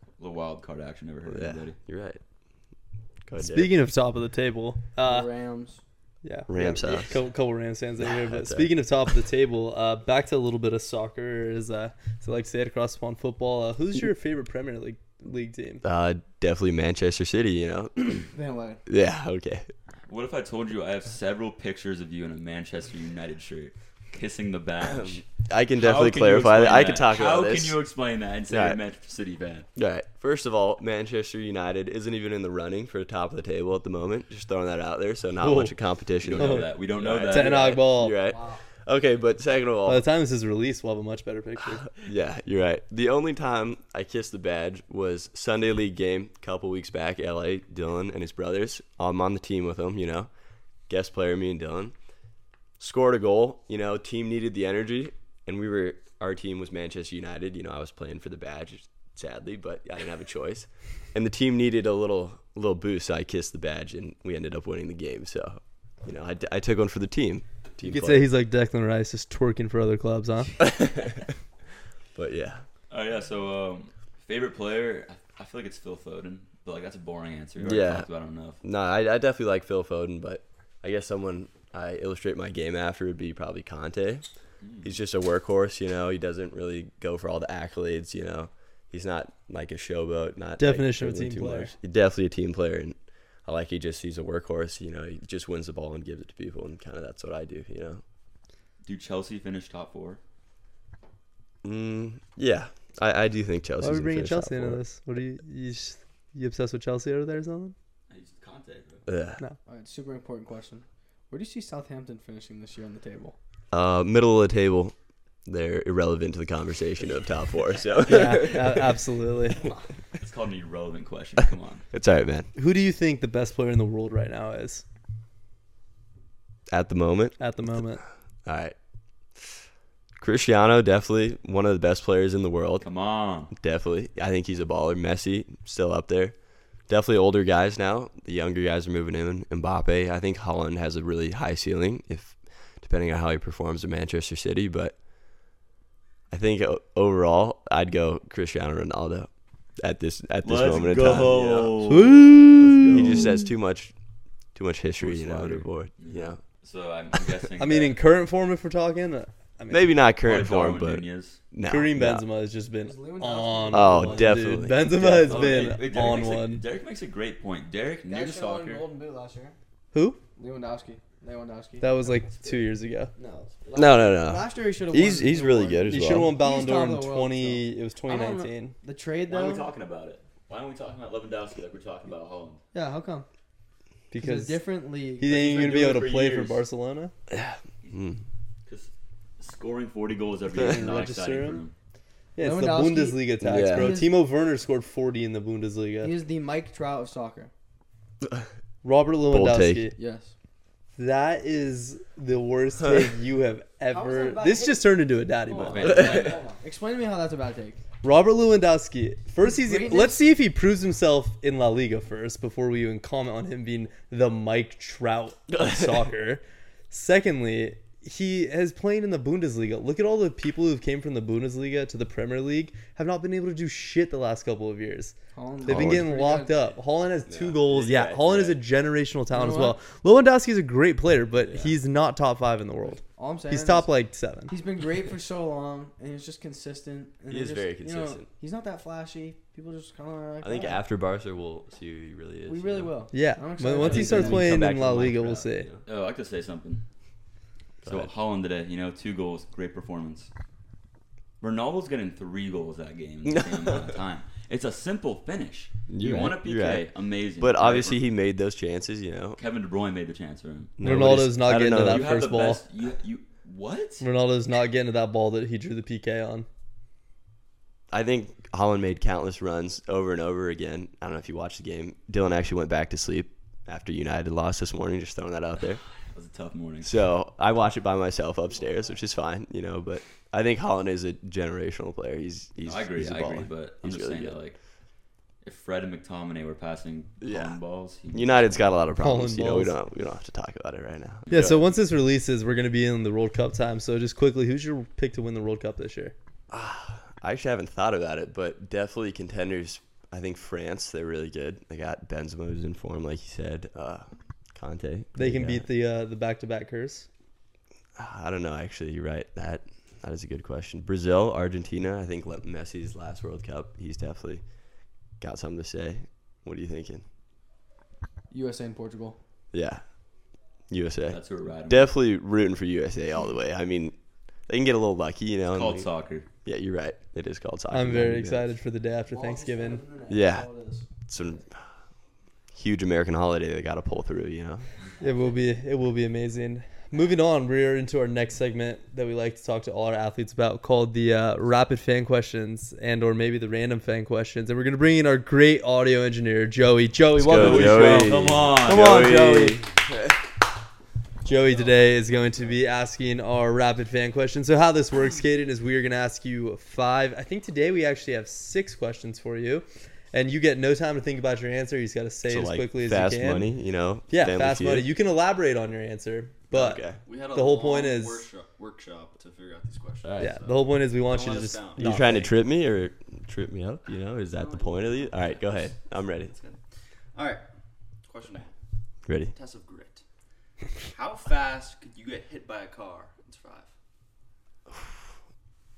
Speaker 6: A little wild card action. Never heard of
Speaker 3: yeah,
Speaker 6: anybody.
Speaker 3: you're right. Go ahead, Derek.
Speaker 4: Speaking of top of the table, uh,
Speaker 7: Rams.
Speaker 4: Yeah.
Speaker 3: Rams
Speaker 4: yeah,
Speaker 3: sucks.
Speaker 4: Couple, couple Rams fans out here.
Speaker 3: That's
Speaker 4: But
Speaker 3: it.
Speaker 4: speaking of top of the table, uh, back to a little bit of soccer, as, uh, as I like to say, at across the pond football. Uh, who's your favorite Premier League league team?
Speaker 3: uh, definitely Manchester City. You know,
Speaker 7: Van Ley.
Speaker 3: yeah, okay.
Speaker 6: What if I told you I have several pictures of you in a Manchester United shirt, kissing the badge?
Speaker 3: I can
Speaker 6: How
Speaker 3: definitely
Speaker 6: can you
Speaker 3: clarify that.
Speaker 6: explain
Speaker 3: I can talk
Speaker 6: How
Speaker 3: about this.
Speaker 6: can you explain that and say
Speaker 3: All
Speaker 6: you're a
Speaker 3: right.
Speaker 6: Manchester City fan?
Speaker 3: All right. First of all, Manchester United isn't even in the running for the top of the table at the moment. Just throwing that out there. So not
Speaker 4: Whoa.
Speaker 3: much of
Speaker 6: We
Speaker 3: competition.
Speaker 6: don't
Speaker 3: there.
Speaker 6: know that. We don't know
Speaker 3: All right.
Speaker 6: that.
Speaker 4: Ten Hag ball.
Speaker 3: You're right. Okay, but second of all,
Speaker 4: By the time this is released, we'll have a much better picture.
Speaker 3: Yeah, you're right. The only time I kissed the badge was Sunday league game a couple weeks back. LA Dylan and his brothers. I'm on the team with them. You know, guest player me and Dylan scored a goal. You know, team needed the energy, and we were our team was Manchester United. You know, I was playing for the badge, sadly, but I didn't have a choice. And the team needed a little a little boost, so I kissed the badge, and we ended up winning the game. So, you know, I, I took one for the team. Team
Speaker 4: You could
Speaker 3: play.
Speaker 4: say he's like Declan Rice, just twerking for other clubs, huh?
Speaker 3: but yeah,
Speaker 6: Oh yeah. So um, favorite player? I- I feel like it's Phil Foden, but like that's a boring answer. We already
Speaker 3: Yeah.
Speaker 6: talked about him enough.
Speaker 3: No, I, I definitely like Phil Foden, but I guess someone I illustrate my game after would be probably Conte. He's just a workhorse, you know. He doesn't really go for all the accolades, you know. He's not like a showboat. Not like,
Speaker 4: Definition of a
Speaker 3: dribbling
Speaker 4: team
Speaker 3: too
Speaker 4: player.
Speaker 3: much. He's definitely a team player, and I like he just he's a workhorse. You know, he just wins the ball and gives it to people, and kind of that's what I do, you know.
Speaker 6: Do Chelsea finish top four?
Speaker 3: Mm, yeah, I, I do think Chelsea.
Speaker 4: Why are we bringing Chelsea into this? What are you you, s- you obsessed with Chelsea over there or something?
Speaker 6: He's Conte, bro.
Speaker 3: Yeah.
Speaker 7: All right, super important question. Where do you see Southampton finishing this year on the table?
Speaker 3: Uh, middle of the table, they're irrelevant to the conversation of top four. So
Speaker 4: Yeah, a- absolutely.
Speaker 6: It's called an irrelevant question. Come on.
Speaker 3: it's all right, man.
Speaker 4: Who do you think the best player in the world right now is
Speaker 3: At the moment.
Speaker 4: at the moment?
Speaker 3: All right. Cristiano, definitely one of the best players in the world.
Speaker 6: Come on.
Speaker 3: Definitely. I think he's a baller. Messi, still up there. Definitely older guys now. The younger guys are moving in. Mbappe. I think Holland has a really high ceiling, if depending on how he performs at Manchester City. But I think o- overall, I'd go Cristiano Ronaldo at this at this moment in time. you know. He just has too much, too much history,
Speaker 6: Who's
Speaker 3: you know, to
Speaker 6: louder?
Speaker 3: board. You know,
Speaker 6: So I'm, I'm guessing.
Speaker 4: I mean, in
Speaker 6: that-
Speaker 4: current form, if we're talking, uh, I mean,
Speaker 3: maybe not
Speaker 6: Or
Speaker 3: current form,
Speaker 6: Darwin
Speaker 3: but
Speaker 6: Nunez.
Speaker 3: no,
Speaker 4: Kareem
Speaker 3: no.
Speaker 4: Benzema has just been
Speaker 7: Is Lewandowski-
Speaker 4: on.
Speaker 3: Oh,
Speaker 4: one, dude.
Speaker 3: definitely.
Speaker 4: Benzema has
Speaker 6: Oh,
Speaker 4: been
Speaker 6: wait, wait, Derek
Speaker 4: on
Speaker 6: makes a-
Speaker 4: one.
Speaker 6: Derek makes a great point. Derek
Speaker 7: They
Speaker 6: knew
Speaker 7: actually won
Speaker 6: soccer.
Speaker 7: Golden Boot last year.
Speaker 4: Who?
Speaker 7: Lewandowski. Lewandowski.
Speaker 4: That was like two years ago.
Speaker 7: no.
Speaker 3: No, no,
Speaker 4: Uh,
Speaker 3: no.
Speaker 7: Last year he should have.
Speaker 3: He's he's really good as
Speaker 4: He
Speaker 3: well.
Speaker 4: should have won Ballon
Speaker 7: He's
Speaker 4: d'Or
Speaker 7: top
Speaker 4: in
Speaker 7: of the world,
Speaker 4: twenty. It was
Speaker 7: I don't know.
Speaker 4: twenty nineteen.
Speaker 7: The trade
Speaker 6: Why are we
Speaker 7: though.
Speaker 6: talking about it? Why aren't we talking about Lewandowski like we're talking about Holland?
Speaker 7: Yeah, how come? Because
Speaker 4: because
Speaker 7: it's a different league.
Speaker 4: he ain't even
Speaker 6: been
Speaker 4: gonna be able
Speaker 6: doing it
Speaker 4: to
Speaker 6: for
Speaker 4: play
Speaker 6: years.
Speaker 4: for Barcelona.
Speaker 3: Mm.
Speaker 6: Because scoring 40 goals every year is not
Speaker 4: Register
Speaker 6: exciting
Speaker 4: him?
Speaker 6: for him.
Speaker 4: Yeah, it's
Speaker 7: Lewandowski-
Speaker 4: the Bundesliga tax,
Speaker 3: Yeah.
Speaker 4: bro.
Speaker 7: He is-
Speaker 4: Timo Werner scored 40 in the Bundesliga.
Speaker 7: He is the Mike Trout of soccer.
Speaker 4: Robert Lewandowski.
Speaker 3: take.
Speaker 7: Yes.
Speaker 4: That is the worst take you have
Speaker 7: that a
Speaker 4: ever.
Speaker 7: bad
Speaker 4: This
Speaker 7: take?
Speaker 4: just turned into a daddy
Speaker 7: Hold
Speaker 4: moment.
Speaker 7: on,
Speaker 6: moment.
Speaker 7: hold on, hold on. Explain to me how that's a bad take.
Speaker 4: Robert Lewandowski. First, he's
Speaker 7: Greatness-
Speaker 4: let's see if he proves himself in La Liga first before we even comment on him being the Mike Trout of soccer. Secondly, he has playing in the Bundesliga. Look at all the people who came from the Bundesliga to the Premier League have not been able to do shit the last couple of years.
Speaker 7: Holland-
Speaker 4: They've been
Speaker 7: Holland's
Speaker 4: getting
Speaker 7: pretty
Speaker 4: locked
Speaker 7: good.
Speaker 4: up. Holland has two
Speaker 6: Yeah.
Speaker 4: goals. Yeah,
Speaker 6: Yeah,
Speaker 4: Holland is
Speaker 6: yeah.
Speaker 4: a generational talent
Speaker 7: know
Speaker 4: as well. Lewandowski is a great player, but he's not top five in the world.
Speaker 7: All I'm saying
Speaker 4: He's
Speaker 7: is
Speaker 4: top like seven.
Speaker 7: He's been great for so long, and he's just consistent. And
Speaker 3: He
Speaker 7: they're
Speaker 3: is
Speaker 7: just-
Speaker 3: very
Speaker 7: you know,
Speaker 3: consistent.
Speaker 7: he's not that flashy. People just kind of are like,
Speaker 3: I think
Speaker 7: "Oh,
Speaker 3: after Barca, we'll see who he really is.
Speaker 7: we
Speaker 3: you
Speaker 7: really
Speaker 3: know?
Speaker 7: will.
Speaker 4: Yeah,
Speaker 7: I'm
Speaker 4: when-
Speaker 7: excited.
Speaker 4: once he
Speaker 7: And
Speaker 4: starts
Speaker 7: then
Speaker 3: we
Speaker 4: playing
Speaker 3: come back
Speaker 4: in
Speaker 3: to
Speaker 4: La
Speaker 3: the
Speaker 4: Liga, we'll
Speaker 3: Minecraft,
Speaker 4: see.
Speaker 3: you know?
Speaker 6: Oh, I could say something. So
Speaker 3: ahead.
Speaker 6: Holland today, you know, two goals, great performance. Ronaldo's getting three goals that game in the same amount of time. It's a simple finish. You
Speaker 3: You're
Speaker 6: want a
Speaker 3: right,
Speaker 6: PK,
Speaker 3: you're right.
Speaker 6: amazing.
Speaker 3: But
Speaker 6: Great
Speaker 3: obviously,
Speaker 6: work.
Speaker 3: he made those chances. You know,
Speaker 6: Kevin De Bruyne made the chance for him.
Speaker 4: Ronaldo's not
Speaker 3: I don't
Speaker 4: getting to
Speaker 3: know.
Speaker 4: that
Speaker 6: you have
Speaker 4: first
Speaker 6: the
Speaker 4: ball.
Speaker 6: best. You you what?
Speaker 4: Ronaldo's not getting to that ball that he drew the PK on.
Speaker 3: I think Holland made countless runs over and over again. I don't know if you watched the game. Dylan actually went back to sleep after United lost this morning. Just throwing that out there.
Speaker 6: That was a tough morning.
Speaker 3: So I watch it by myself upstairs, which is fine, you know. But I think Holland is a generational player. He's he's.
Speaker 6: I agree.
Speaker 3: He's a
Speaker 6: I agree.
Speaker 3: baller.
Speaker 6: But I'm
Speaker 3: He's
Speaker 6: just
Speaker 3: really
Speaker 6: saying that,
Speaker 3: good.
Speaker 6: like, if Fred and McTominay were passing
Speaker 3: Yeah.
Speaker 6: Holland balls, he,
Speaker 3: United's got a lot of
Speaker 4: Holland
Speaker 3: problems. you know, we
Speaker 4: balls.
Speaker 3: don't we don't have to talk about it right now.
Speaker 4: Yeah, so once this releases, we're gonna be in the World Cup time. So just quickly, who's your pick to win the World Cup this year?
Speaker 3: I actually haven't thought about it, but definitely contenders. I think France, they're really good. They got Benzema who's in form, like you said. Uh, Conte.
Speaker 4: They can
Speaker 3: got-
Speaker 4: beat the uh, the back to back curse.
Speaker 3: I don't know. Actually, you're right. That that is a good question. Brazil, Argentina. I think Le- Messi's last World Cup. He's definitely got something to say. What are you thinking?
Speaker 7: USA and Portugal.
Speaker 3: Yeah, USA.
Speaker 6: that's who we're riding. with.
Speaker 3: definitely rooting for USA all the way. I mean, they can get a little lucky, you know.
Speaker 6: It's
Speaker 3: and
Speaker 6: called
Speaker 3: they-
Speaker 6: soccer.
Speaker 3: yeah, you're right. It is called soccer.
Speaker 4: I'm very
Speaker 3: Yeah.
Speaker 4: excited for the day after Thanksgiving.
Speaker 3: Yeah.
Speaker 7: That's all it is.
Speaker 3: It's a huge American holiday they got to pull through, you know.
Speaker 4: It will be it will be amazing. Moving on, we are into our next segment that we like to talk to all our athletes about, called the uh, rapid fan questions and or maybe the random fan questions. And we're gonna bring in our great audio engineer, Joey. Joey,
Speaker 3: Let's go,
Speaker 4: welcome to the show.
Speaker 3: Joey.
Speaker 6: Come on.
Speaker 4: Come on, Joey. Joey today is going to be asking our rapid fan question. So how this works, Kaden, is we are going to ask you five. I think today we actually have six questions for you, and you get no time to think about your answer. You just got to say it
Speaker 3: So,
Speaker 4: as
Speaker 3: like,
Speaker 4: quickly as
Speaker 3: fast
Speaker 4: you can.
Speaker 3: money, you know.
Speaker 4: Yeah,
Speaker 3: Family
Speaker 4: fast
Speaker 3: Feud.
Speaker 4: money. You can elaborate on your answer, but
Speaker 3: okay.
Speaker 5: We had a
Speaker 4: The whole point
Speaker 5: long
Speaker 4: is-
Speaker 5: workshop, workshop to figure out these questions.
Speaker 6: All right,
Speaker 4: yeah,
Speaker 6: so-
Speaker 4: the whole point is we want
Speaker 5: Don't
Speaker 4: you to
Speaker 5: let us
Speaker 4: just.
Speaker 5: down.
Speaker 3: You
Speaker 4: not
Speaker 3: trying to
Speaker 4: think.
Speaker 3: trip me or trip me up? You know, is that the point of these? All right, go ahead. I'm ready.
Speaker 5: That's good. All right. Question A.
Speaker 3: Ready.
Speaker 5: Test of grit. How fast could you get hit by a car and survive?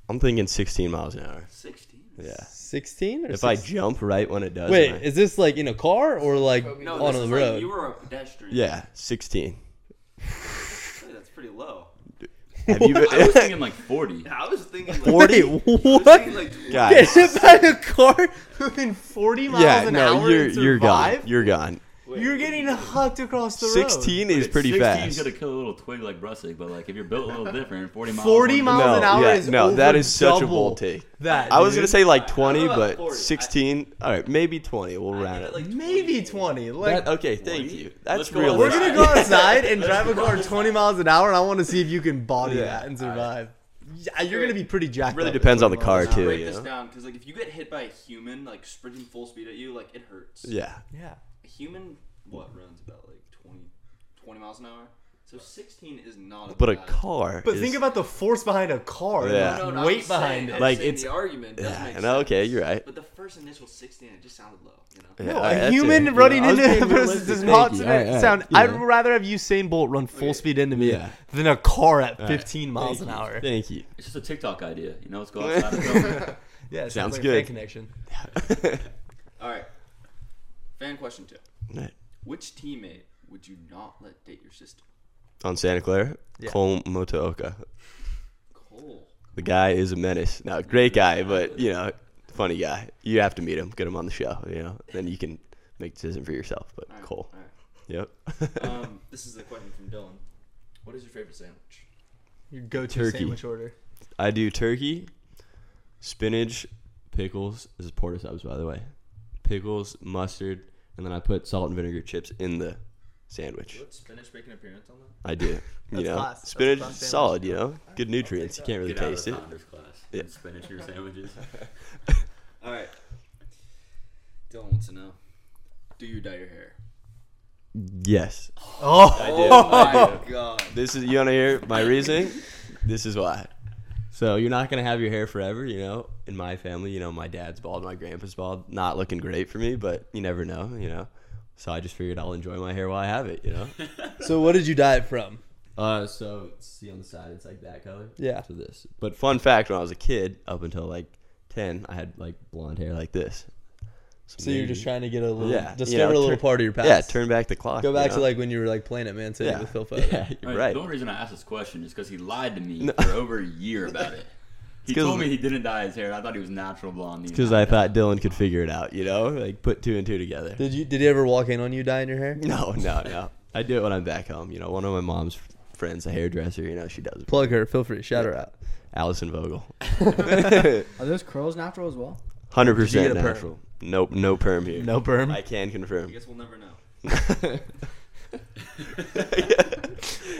Speaker 3: I'm thinking 16 miles an hour.
Speaker 5: 16?
Speaker 3: Yeah.
Speaker 4: Sixteen or
Speaker 3: If I
Speaker 4: 16?
Speaker 3: jump right when it does.
Speaker 4: wait,
Speaker 3: I-
Speaker 4: is this like in a car or like
Speaker 5: No,
Speaker 4: on the
Speaker 5: this is
Speaker 4: road?
Speaker 5: Like you were a pedestrian.
Speaker 3: yeah, 16.
Speaker 5: Hey, that's pretty low.
Speaker 3: Have you
Speaker 6: I was
Speaker 3: been
Speaker 6: thinking like 40.
Speaker 5: I was thinking like,
Speaker 4: Wait,
Speaker 5: I was
Speaker 4: what?
Speaker 5: thinking like tw-
Speaker 3: Guys.
Speaker 4: Get hit by a car moving 40 miles
Speaker 3: Yeah,
Speaker 4: an
Speaker 3: no,
Speaker 4: hour
Speaker 3: you're
Speaker 4: and
Speaker 3: you're gone.
Speaker 4: survive?
Speaker 3: You're gone.
Speaker 4: You're getting hucked across the road.
Speaker 3: 16 is pretty
Speaker 6: 16's
Speaker 3: fast.
Speaker 6: gonna kill a little twig like Brussig, but like if you're built a little different, 40 miles.
Speaker 4: 40
Speaker 6: won't
Speaker 4: miles
Speaker 3: no,
Speaker 4: an hour
Speaker 3: yeah,
Speaker 4: is
Speaker 3: no, that
Speaker 4: over
Speaker 3: is such a
Speaker 4: double
Speaker 3: bold take.
Speaker 4: That
Speaker 3: I was
Speaker 4: dude.
Speaker 3: gonna say like 20,
Speaker 5: about
Speaker 3: but
Speaker 5: 40. I-
Speaker 3: 16. all right, maybe 20. We'll round
Speaker 5: get,
Speaker 3: it.
Speaker 5: like,
Speaker 4: maybe 20. Like
Speaker 3: That- okay, thank you. That's
Speaker 6: Let's go.
Speaker 3: real.
Speaker 4: we're gonna go outside and drive a car 20 miles an hour, and I want to see if you can body
Speaker 3: Yeah,
Speaker 4: that and survive. Yeah, you're gonna be pretty jacked.
Speaker 3: Really
Speaker 4: up at
Speaker 3: depends on
Speaker 4: 20
Speaker 3: the
Speaker 4: miles
Speaker 3: car
Speaker 4: an hour.
Speaker 3: too.
Speaker 5: break
Speaker 3: You
Speaker 5: this
Speaker 3: know?
Speaker 5: down because like if you get hit by a human like sprinting full speed at you, like it hurts.
Speaker 3: Yeah,
Speaker 4: Yeah.
Speaker 5: A human what runs about like 20, 20 miles an hour. So 16 is not. A
Speaker 3: but a
Speaker 5: bad-
Speaker 3: car.
Speaker 4: But
Speaker 3: is-
Speaker 4: think about the force behind a car. and
Speaker 3: Yeah.
Speaker 4: the
Speaker 5: No, no, I'm
Speaker 4: weight
Speaker 5: just saying-
Speaker 4: behind
Speaker 5: I'm
Speaker 4: it.
Speaker 3: Like,
Speaker 5: saying
Speaker 3: it's-
Speaker 5: the argument. does
Speaker 3: Yeah,
Speaker 5: make
Speaker 3: and okay,
Speaker 5: sense.
Speaker 3: you're right.
Speaker 5: But the first initial 16, it just sounded low. You know.
Speaker 3: Yeah,
Speaker 4: No,
Speaker 3: I-
Speaker 4: a
Speaker 3: that's
Speaker 4: human
Speaker 3: it.
Speaker 4: running
Speaker 3: I was
Speaker 4: into a
Speaker 3: being
Speaker 4: person
Speaker 3: realistic.
Speaker 4: does not
Speaker 3: Thank you.
Speaker 4: sound.
Speaker 3: All right, all right. You
Speaker 4: I'd
Speaker 3: know.
Speaker 4: rather have Usain Bolt run full
Speaker 5: Okay.
Speaker 4: speed into me
Speaker 3: Yeah.
Speaker 4: than a car at
Speaker 3: right.
Speaker 4: 15 miles an hour.
Speaker 3: Thank you.
Speaker 6: It's just a TikTok idea, you know. Let's go outside. and go.
Speaker 4: Yeah, it
Speaker 3: Sounds
Speaker 4: like A fan
Speaker 3: good.
Speaker 4: connection.
Speaker 5: All right. Fan question two.
Speaker 3: Right.
Speaker 5: Which teammate would you not let date your sister?
Speaker 3: On Santa Clara,
Speaker 4: Yeah.
Speaker 3: Cole Motooka.
Speaker 5: Cole.
Speaker 3: The guy is a menace. Now, great guy, but you know, funny guy. You have to meet him, get him on the show. You know, then you can make a decision for yourself. But
Speaker 5: Alright,
Speaker 3: Cole,
Speaker 5: alright.
Speaker 3: yep.
Speaker 5: Um, this is a question from Dylan. What is your favorite sandwich?
Speaker 1: Your go-to
Speaker 3: Turkey.
Speaker 1: sandwich order.
Speaker 3: I do turkey, spinach, pickles. This is porter subs, by the way. Pickles, mustard, and then I put salt and vinegar chips in the sandwich.
Speaker 5: Would spinach make an appearance on that?
Speaker 3: I do. you
Speaker 1: That's
Speaker 3: know,
Speaker 1: class. That's a
Speaker 3: spinach
Speaker 1: class
Speaker 3: is
Speaker 1: sandwich.
Speaker 3: solid. You know, good nutrients. You can't really
Speaker 6: Get out of
Speaker 3: taste
Speaker 6: the
Speaker 3: it.
Speaker 6: founders class.
Speaker 3: Yeah.
Speaker 6: And spinach in your sandwiches.
Speaker 5: All right. Dylan wants to know: Do you dye your hair?
Speaker 3: Yes.
Speaker 1: Oh,
Speaker 3: I do.
Speaker 5: Oh my god!
Speaker 3: This is you want to hear my reasoning. This is why. So you're not gonna have your hair forever, you know. In my family, you know, my dad's bald, my grandpa's bald. Not looking great for me, but you never know, you know. So I just figured I'll enjoy my hair while I have it, you know.
Speaker 4: So what did you dye it from?
Speaker 3: Uh, so see on the side, it's like that color.
Speaker 4: Yeah.
Speaker 3: To this, but fun fact: when I was a kid, up until like ten, I had like blonde hair like this.
Speaker 4: So you're
Speaker 3: maybe-
Speaker 4: just trying to get a little,
Speaker 3: Yeah, you
Speaker 4: discover
Speaker 3: know,
Speaker 4: a little
Speaker 3: turn-
Speaker 4: part of your past.
Speaker 3: yeah, turn back the clock.
Speaker 4: Go
Speaker 3: you
Speaker 4: back to
Speaker 3: know?
Speaker 4: like when you were like playing at Man City
Speaker 3: yeah,
Speaker 4: with Phil Foden.
Speaker 3: yeah,
Speaker 6: All
Speaker 3: you're
Speaker 6: right,
Speaker 3: right.
Speaker 6: The only reason I asked this question is because he lied to me for over a year about it. He
Speaker 3: 'cause-
Speaker 6: told me he didn't dye his hair. and I thought he was natural blonde. the
Speaker 3: Because I
Speaker 6: entire
Speaker 3: thought Dylan could figure it out, you know, like put two and two together.
Speaker 4: Did you did he ever walk in on you dyeing your hair?
Speaker 3: No, no, no. I do it when I'm back home. You know, one of my mom's friends, a hairdresser, you know, she does. it.
Speaker 4: Plug her. Feel free. Shout her out.
Speaker 3: Allison Vogel.
Speaker 7: Are those curls natural as well?
Speaker 3: 100%
Speaker 1: a perm?
Speaker 3: natural. Nope, no perm here.
Speaker 1: no perm.
Speaker 3: I can
Speaker 5: I
Speaker 3: confirm.
Speaker 5: guess we'll never know.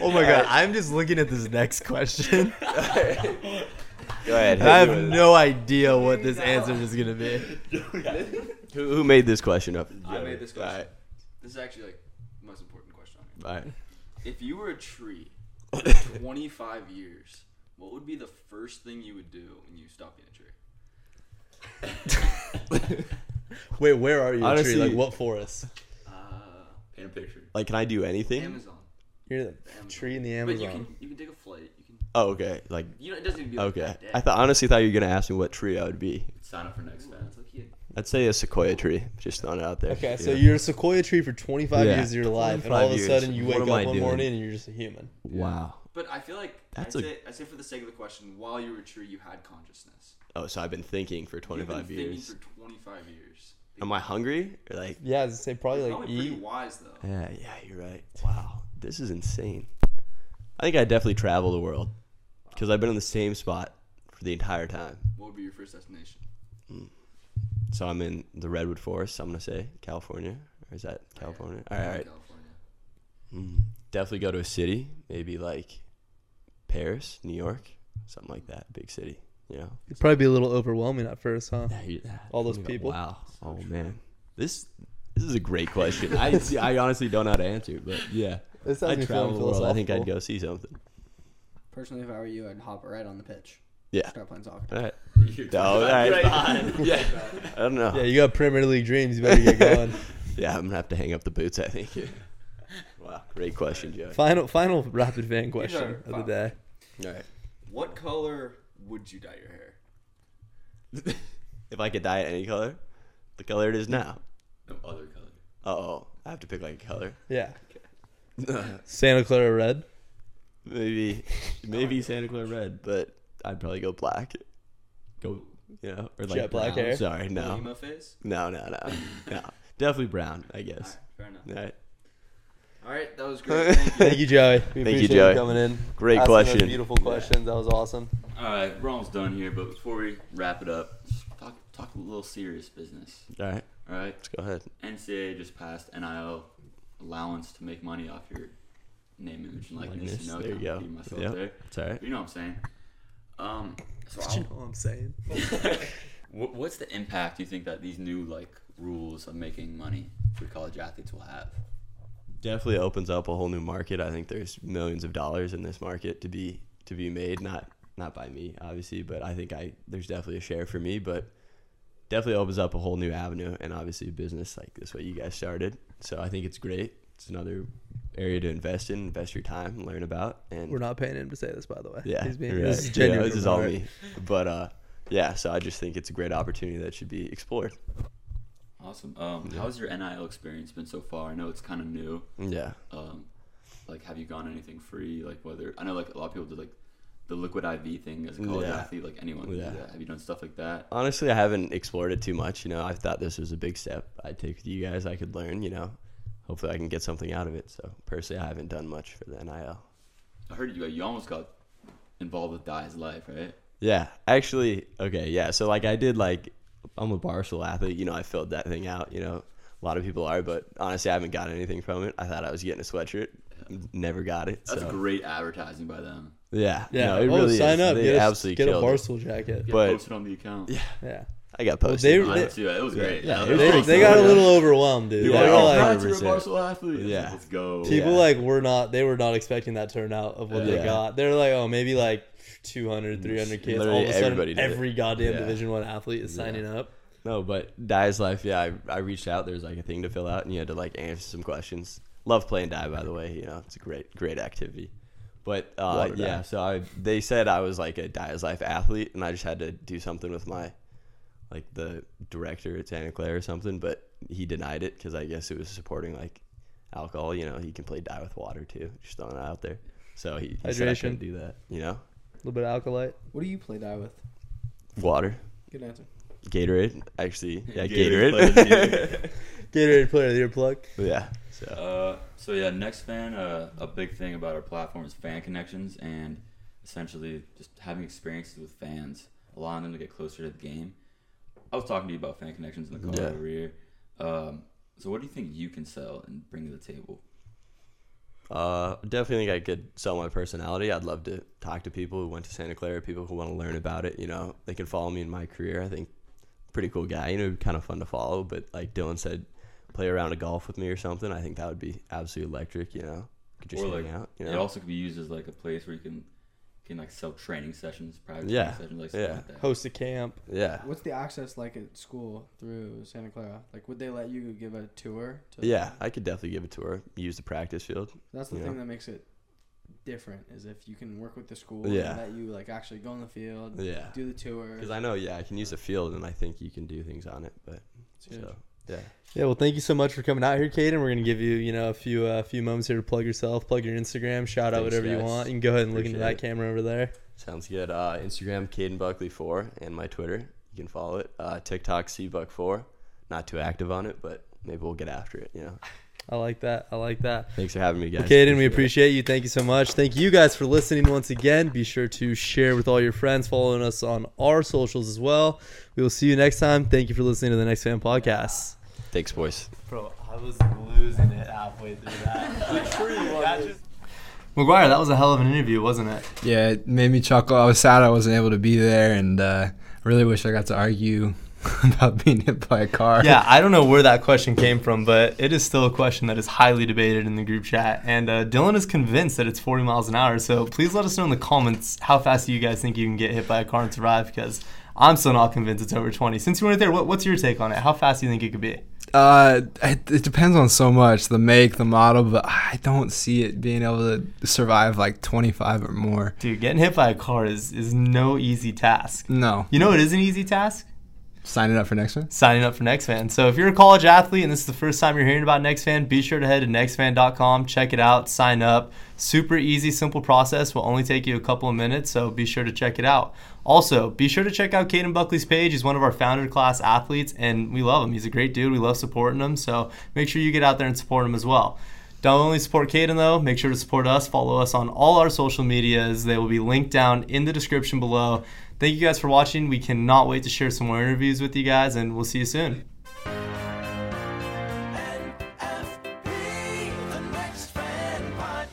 Speaker 1: Oh my god, I'm just looking at this next question.
Speaker 3: Go ahead.
Speaker 1: I
Speaker 3: hit me
Speaker 1: have
Speaker 3: with it.
Speaker 1: no idea what this answer is gonna be.
Speaker 3: who, who made this question up?
Speaker 5: I made this question.
Speaker 3: All right.
Speaker 5: This is actually like the most important question. on here.
Speaker 3: All right.
Speaker 5: If you were a tree for 25 years, what would be the first thing you would do when you stop being a tree?
Speaker 4: Wait, where are you?
Speaker 3: Honestly-
Speaker 4: Honestly, like what forest?
Speaker 5: Uh,
Speaker 6: Paint a picture.
Speaker 3: Like, can I do anything?
Speaker 5: Amazon.
Speaker 4: You're the
Speaker 5: The Amazon.
Speaker 4: tree in the
Speaker 5: But you
Speaker 4: Amazon.
Speaker 5: can you can take a flight. You can
Speaker 3: Oh, okay. Like,
Speaker 5: you know it doesn't even be like
Speaker 3: okay.
Speaker 5: that day.
Speaker 3: I thought honestly thought you were gonna ask me what tree I would be.
Speaker 6: Sign up for next
Speaker 5: Ooh,
Speaker 6: fast.
Speaker 5: it's like, yeah.
Speaker 3: I'd say a sequoia tree. Just throwing it out there.
Speaker 4: Okay, so
Speaker 3: Yeah.
Speaker 4: you're a sequoia tree for 25
Speaker 3: Yeah.
Speaker 4: years of your life, and
Speaker 3: 25
Speaker 4: all of a
Speaker 3: years.
Speaker 4: sudden you
Speaker 3: What
Speaker 4: wake up
Speaker 3: am I
Speaker 4: one
Speaker 3: doing?
Speaker 4: morning and you're just a human.
Speaker 3: Wow.
Speaker 5: But I feel like
Speaker 3: That's
Speaker 5: I'd,
Speaker 3: a-
Speaker 5: say, I'd say for the sake of the question, while you were a tree, you had consciousness.
Speaker 3: Oh, so I've been thinking for
Speaker 5: You've
Speaker 3: 25
Speaker 5: been
Speaker 3: years.
Speaker 5: Thinking for 25 years.
Speaker 3: Am I hungry? Or like,
Speaker 4: Yeah, I'd say probably
Speaker 5: You're
Speaker 4: like
Speaker 5: probably pretty
Speaker 4: eat.
Speaker 5: wise though.
Speaker 3: Yeah, yeah, you're right. Wow, this is insane. I think I definitely travel the world because I've been in the same spot for the entire time.
Speaker 5: What would be your first destination?
Speaker 3: So I'm in the redwood forest. I'm gonna say California, or is that California? All right, all right.
Speaker 5: California.
Speaker 3: Mm. Definitely go to a city, maybe like Paris, New York, something like that. Big city, you know.
Speaker 4: It'd probably be a little overwhelming at first, huh?
Speaker 3: Yeah, you-
Speaker 4: All those
Speaker 3: Wow.
Speaker 4: people.
Speaker 3: Wow. Oh man, this this is a great question. I see, I honestly don't know how to answer, but yeah,
Speaker 4: This
Speaker 3: I
Speaker 4: sounds
Speaker 3: travel the world. I think I'd
Speaker 4: philosophical.
Speaker 3: go see something.
Speaker 7: Personally, if I were you, I'd hop right on the pitch.
Speaker 3: Yeah.
Speaker 7: Start playing soccer.
Speaker 3: All right. No, all right. Yeah. I don't know.
Speaker 4: Yeah,
Speaker 3: Yeah.
Speaker 4: you got Premier League dreams. You better get going.
Speaker 3: I'm gonna have to hang up the boots. I think. wow, great question, Joey.
Speaker 4: final, final rapid fan question
Speaker 5: our
Speaker 4: of the
Speaker 5: final.
Speaker 4: day.
Speaker 3: All right.
Speaker 5: What color would you dye your hair?
Speaker 3: If I could dye it any color, the color it is now.
Speaker 6: No other color.
Speaker 3: Oh, I have to pick like a color.
Speaker 4: Yeah, Santa Clara red.
Speaker 3: maybe, maybe Santa Clara red, but I'd probably go black. Go, you know, or like
Speaker 4: Jet black
Speaker 3: brown.
Speaker 4: hair?
Speaker 3: Sorry,
Speaker 5: Little
Speaker 3: no,
Speaker 5: Emo phase?
Speaker 3: no, no, no, no. Definitely brown, I guess.
Speaker 5: Alright, fair enough.
Speaker 3: All right.
Speaker 5: All right, that was great. Thank you.
Speaker 4: Thank you, Joey. We
Speaker 3: Thank you,
Speaker 4: appreciate
Speaker 3: Joey.
Speaker 4: coming in. Asking
Speaker 3: Great
Speaker 4: those
Speaker 3: question.
Speaker 4: Beautiful questions. That was awesome.
Speaker 6: All right, we're almost done here, but before we wrap it up, just talk talk a little serious business.
Speaker 3: All right.
Speaker 6: All right,
Speaker 3: Let's go ahead.
Speaker 6: NCAA just passed NIL allowance to make money off your name, image, and likeness.
Speaker 3: Likeness,
Speaker 6: You know,
Speaker 3: there you go.
Speaker 6: be myself
Speaker 3: Yep.
Speaker 6: there.
Speaker 3: It's all right.
Speaker 6: You know what I'm saying? Um, so
Speaker 4: You
Speaker 6: I'll-
Speaker 4: know what I'm saying?
Speaker 6: Wh- What's the impact you think that these new like rules of making money for college athletes will have?
Speaker 3: definitely opens up a whole new market. I think there's millions of dollars in this market to be to be made, not not by me, obviously, but I think I there's definitely a share for me, but definitely opens up a whole new avenue and obviously business like this way you guys started. So I think it's great. It's another area to invest in, invest your time, learn about and
Speaker 4: We're not paying him to say this, by the way.
Speaker 3: yeah,
Speaker 4: He's being,
Speaker 3: you're
Speaker 4: this is
Speaker 3: right. You know,
Speaker 4: genuine.
Speaker 3: this
Speaker 4: from
Speaker 3: is all
Speaker 4: heart.
Speaker 3: me. But uh yeah, so I just think it's a great opportunity that should be explored.
Speaker 6: Awesome. Um, How's your NIL experience been so far? I know it's kind of new.
Speaker 3: Yeah.
Speaker 6: Um, like, have you gone anything free? Like, whether I know like a lot of people did like the liquid IV thing as a college
Speaker 3: Yeah.
Speaker 6: athlete? Like anyone can
Speaker 3: Yeah.
Speaker 6: do that. Have you done stuff like that?
Speaker 3: Honestly, I haven't explored it too much. You know, I thought this was a big step I'd take with you guys. I could learn, you know. Hopefully, I can get something out of it. So, personally, I haven't done much for the NIL.
Speaker 6: I heard you. You almost got involved with Dye's life, right?
Speaker 3: Yeah, actually, okay, yeah. So like I did like I'm a Barstool athlete, you know, I filled that thing out, you know. A lot of people are, but honestly I haven't got anything from it. I thought I was getting a sweatshirt. Never got it.
Speaker 6: That's
Speaker 3: so
Speaker 6: great advertising by them.
Speaker 3: yeah.
Speaker 4: Yeah.
Speaker 3: no, it
Speaker 4: oh,
Speaker 3: really
Speaker 4: sign
Speaker 3: is.
Speaker 4: up.
Speaker 3: They
Speaker 4: get a,
Speaker 3: absolutely
Speaker 4: get a
Speaker 3: killed it.
Speaker 4: Barstool jacket.
Speaker 6: Yeah,
Speaker 3: But-
Speaker 6: posted on the account. Yeah,
Speaker 4: Yeah.
Speaker 3: I got
Speaker 4: Well,
Speaker 3: posted.
Speaker 4: they-
Speaker 3: on
Speaker 6: I
Speaker 3: it.
Speaker 6: did too. It was great.
Speaker 3: yeah,
Speaker 6: that
Speaker 3: it was
Speaker 6: was
Speaker 4: They,
Speaker 3: pretty
Speaker 4: they
Speaker 3: cool,
Speaker 4: got a
Speaker 3: yeah.
Speaker 4: little overwhelmed, dude.
Speaker 3: Dude,
Speaker 4: They
Speaker 3: I
Speaker 4: were
Speaker 3: got
Speaker 4: like,
Speaker 3: proud.
Speaker 6: Congrats, you're oh, a
Speaker 3: 100%.
Speaker 6: Barstool athlete.
Speaker 3: Yeah.
Speaker 6: Let's go.
Speaker 4: people
Speaker 3: Yeah.
Speaker 4: like were not they were not expecting that turnout of what they
Speaker 3: Yeah. Mm,
Speaker 4: got. They're like, oh, maybe like 200, 300 kids.
Speaker 3: Literally
Speaker 4: All of a
Speaker 3: everybody
Speaker 4: sudden,
Speaker 3: did it.
Speaker 4: every goddamn
Speaker 3: Yeah.
Speaker 4: Division One athlete is signing up.
Speaker 3: No, but Dye's life, yeah, I, I reached out, there's like a thing to fill out and you had to like answer some questions. Love playing die by the way, you know, it's a great great activity. But uh,
Speaker 4: Water
Speaker 3: yeah,
Speaker 4: die.
Speaker 3: so I they said I was like a Dye's life athlete and I just had to do something with my like the director at Santa Clara or something, but he denied it because I guess it was supporting like alcohol. You know, he can play die with water too. Just throwing it out there. So he, he said I
Speaker 4: Hydration.
Speaker 3: couldn't do that. You know,
Speaker 4: A little bit of alkalite.
Speaker 7: What do you play die with?
Speaker 3: water,
Speaker 7: Good answer.
Speaker 3: Gatorade, actually, yeah,
Speaker 6: Gatorade
Speaker 3: Gatorade.
Speaker 6: played it,
Speaker 4: Gatorade player of the year plug.
Speaker 3: yeah. So
Speaker 6: Uh, so yeah, next fan. Uh, a big thing about our platform is fan connections and essentially just having experiences with fans, allowing them to get closer to the game. I was talking to you about fan connections in the college
Speaker 3: Yeah.
Speaker 6: career. Um, so what do you think you can sell and bring to the table?
Speaker 3: uh, definitely think I could sell my personality. I'd love to talk to people who went to Santa Clara, people who want to learn about it. You know, they can follow me in my career. I think pretty cool guy. You know, kind of fun to follow. But like Dylan said, play around a round of golf with me or something. I think that would be absolutely electric. You know, could just
Speaker 6: Or,
Speaker 3: hang
Speaker 6: like,
Speaker 3: out. You
Speaker 6: It
Speaker 3: know,
Speaker 6: also could be used as like a place where you can can like sell training sessions, private
Speaker 3: Yeah.
Speaker 6: training sessions, like stuff
Speaker 3: Yeah.
Speaker 6: like that.
Speaker 4: Host a camp.
Speaker 3: yeah.
Speaker 7: What's the access like at school through Santa Clara? Like, would they let you give a tour? To,
Speaker 3: Yeah, I could definitely give it to her. Use the practice field.
Speaker 7: That's the
Speaker 3: Yeah.
Speaker 7: thing that makes it different is if you can work with the school
Speaker 3: Yeah.
Speaker 7: and let you like actually go on the field,
Speaker 3: Yeah.
Speaker 7: do the tour.
Speaker 3: Because I know, yeah, I can use the field, and I think you can do things on it. But so, yeah,
Speaker 4: Yeah, well, thank you so much for coming out here, Caden. We're gonna give you, you know, a few, uh, few moments here to plug yourself, plug your Instagram, shout out
Speaker 3: Thanks,
Speaker 4: whatever you
Speaker 3: guys.
Speaker 4: want. You can go ahead and look into
Speaker 3: Appreciate
Speaker 4: that camera over there.
Speaker 3: sounds good. Uh, Instagram, Caden Buckley four, and my Twitter, you can follow it. Uh, TikTok, Cbuck four. Not too active on it, but maybe we'll get after it. You know.
Speaker 4: I like that. I like that.
Speaker 3: Thanks for having me, guys.
Speaker 4: Caden, we
Speaker 3: Appreciate it.
Speaker 4: appreciate you. Thank you so much. Thank you guys for listening once again. Be sure to share with all your friends, following us on our socials as well. We will see you next time. Thank you for listening to the Next Fan Podcast.
Speaker 3: Thanks, boys.
Speaker 1: Bro, I was losing it halfway through that. McGuire, that was a hell of an interview, wasn't it?
Speaker 2: Yeah, it made me chuckle. I was sad I wasn't able to be there, and uh, I really wish I got to argue about being hit by a car.
Speaker 1: Yeah, I don't know where that question came from, but it is still a question that is highly debated in the group chat. And uh, Dylan is convinced that it's 40 miles an hour. So please let us know in the comments how fast do you guys think you can get hit by a car and survive? Because I'm still not convinced it's over 20. Since you weren't there, what, what's your take on it? How fast do you think it could be?
Speaker 2: Uh, it, it depends on so much the make, the model, but I don't see it being able to survive like 25 or more.
Speaker 1: Dude, getting hit by a car is, is no easy task.
Speaker 2: No.
Speaker 1: You know, it is an easy task.
Speaker 2: Signing up for next one?
Speaker 1: signing up for NextFan. So if you're a college athlete and this is the first time you're hearing about NextFan, be sure to head to nextfan.com, check it out, sign up. Super easy, simple process. Will only take you a couple of minutes, so be sure to check it out. Also, be sure to check out Caden Buckley's page. He's one of our founder class athletes, and we love him. He's a great dude. We love supporting him, so make sure you get out there and support him as well. Don't only support Caden though, make sure to support us. Follow us on all our social medias. They will be linked down in the description below. Thank you guys for watching. We cannot wait to share some more interviews with you guys, and we'll see you soon.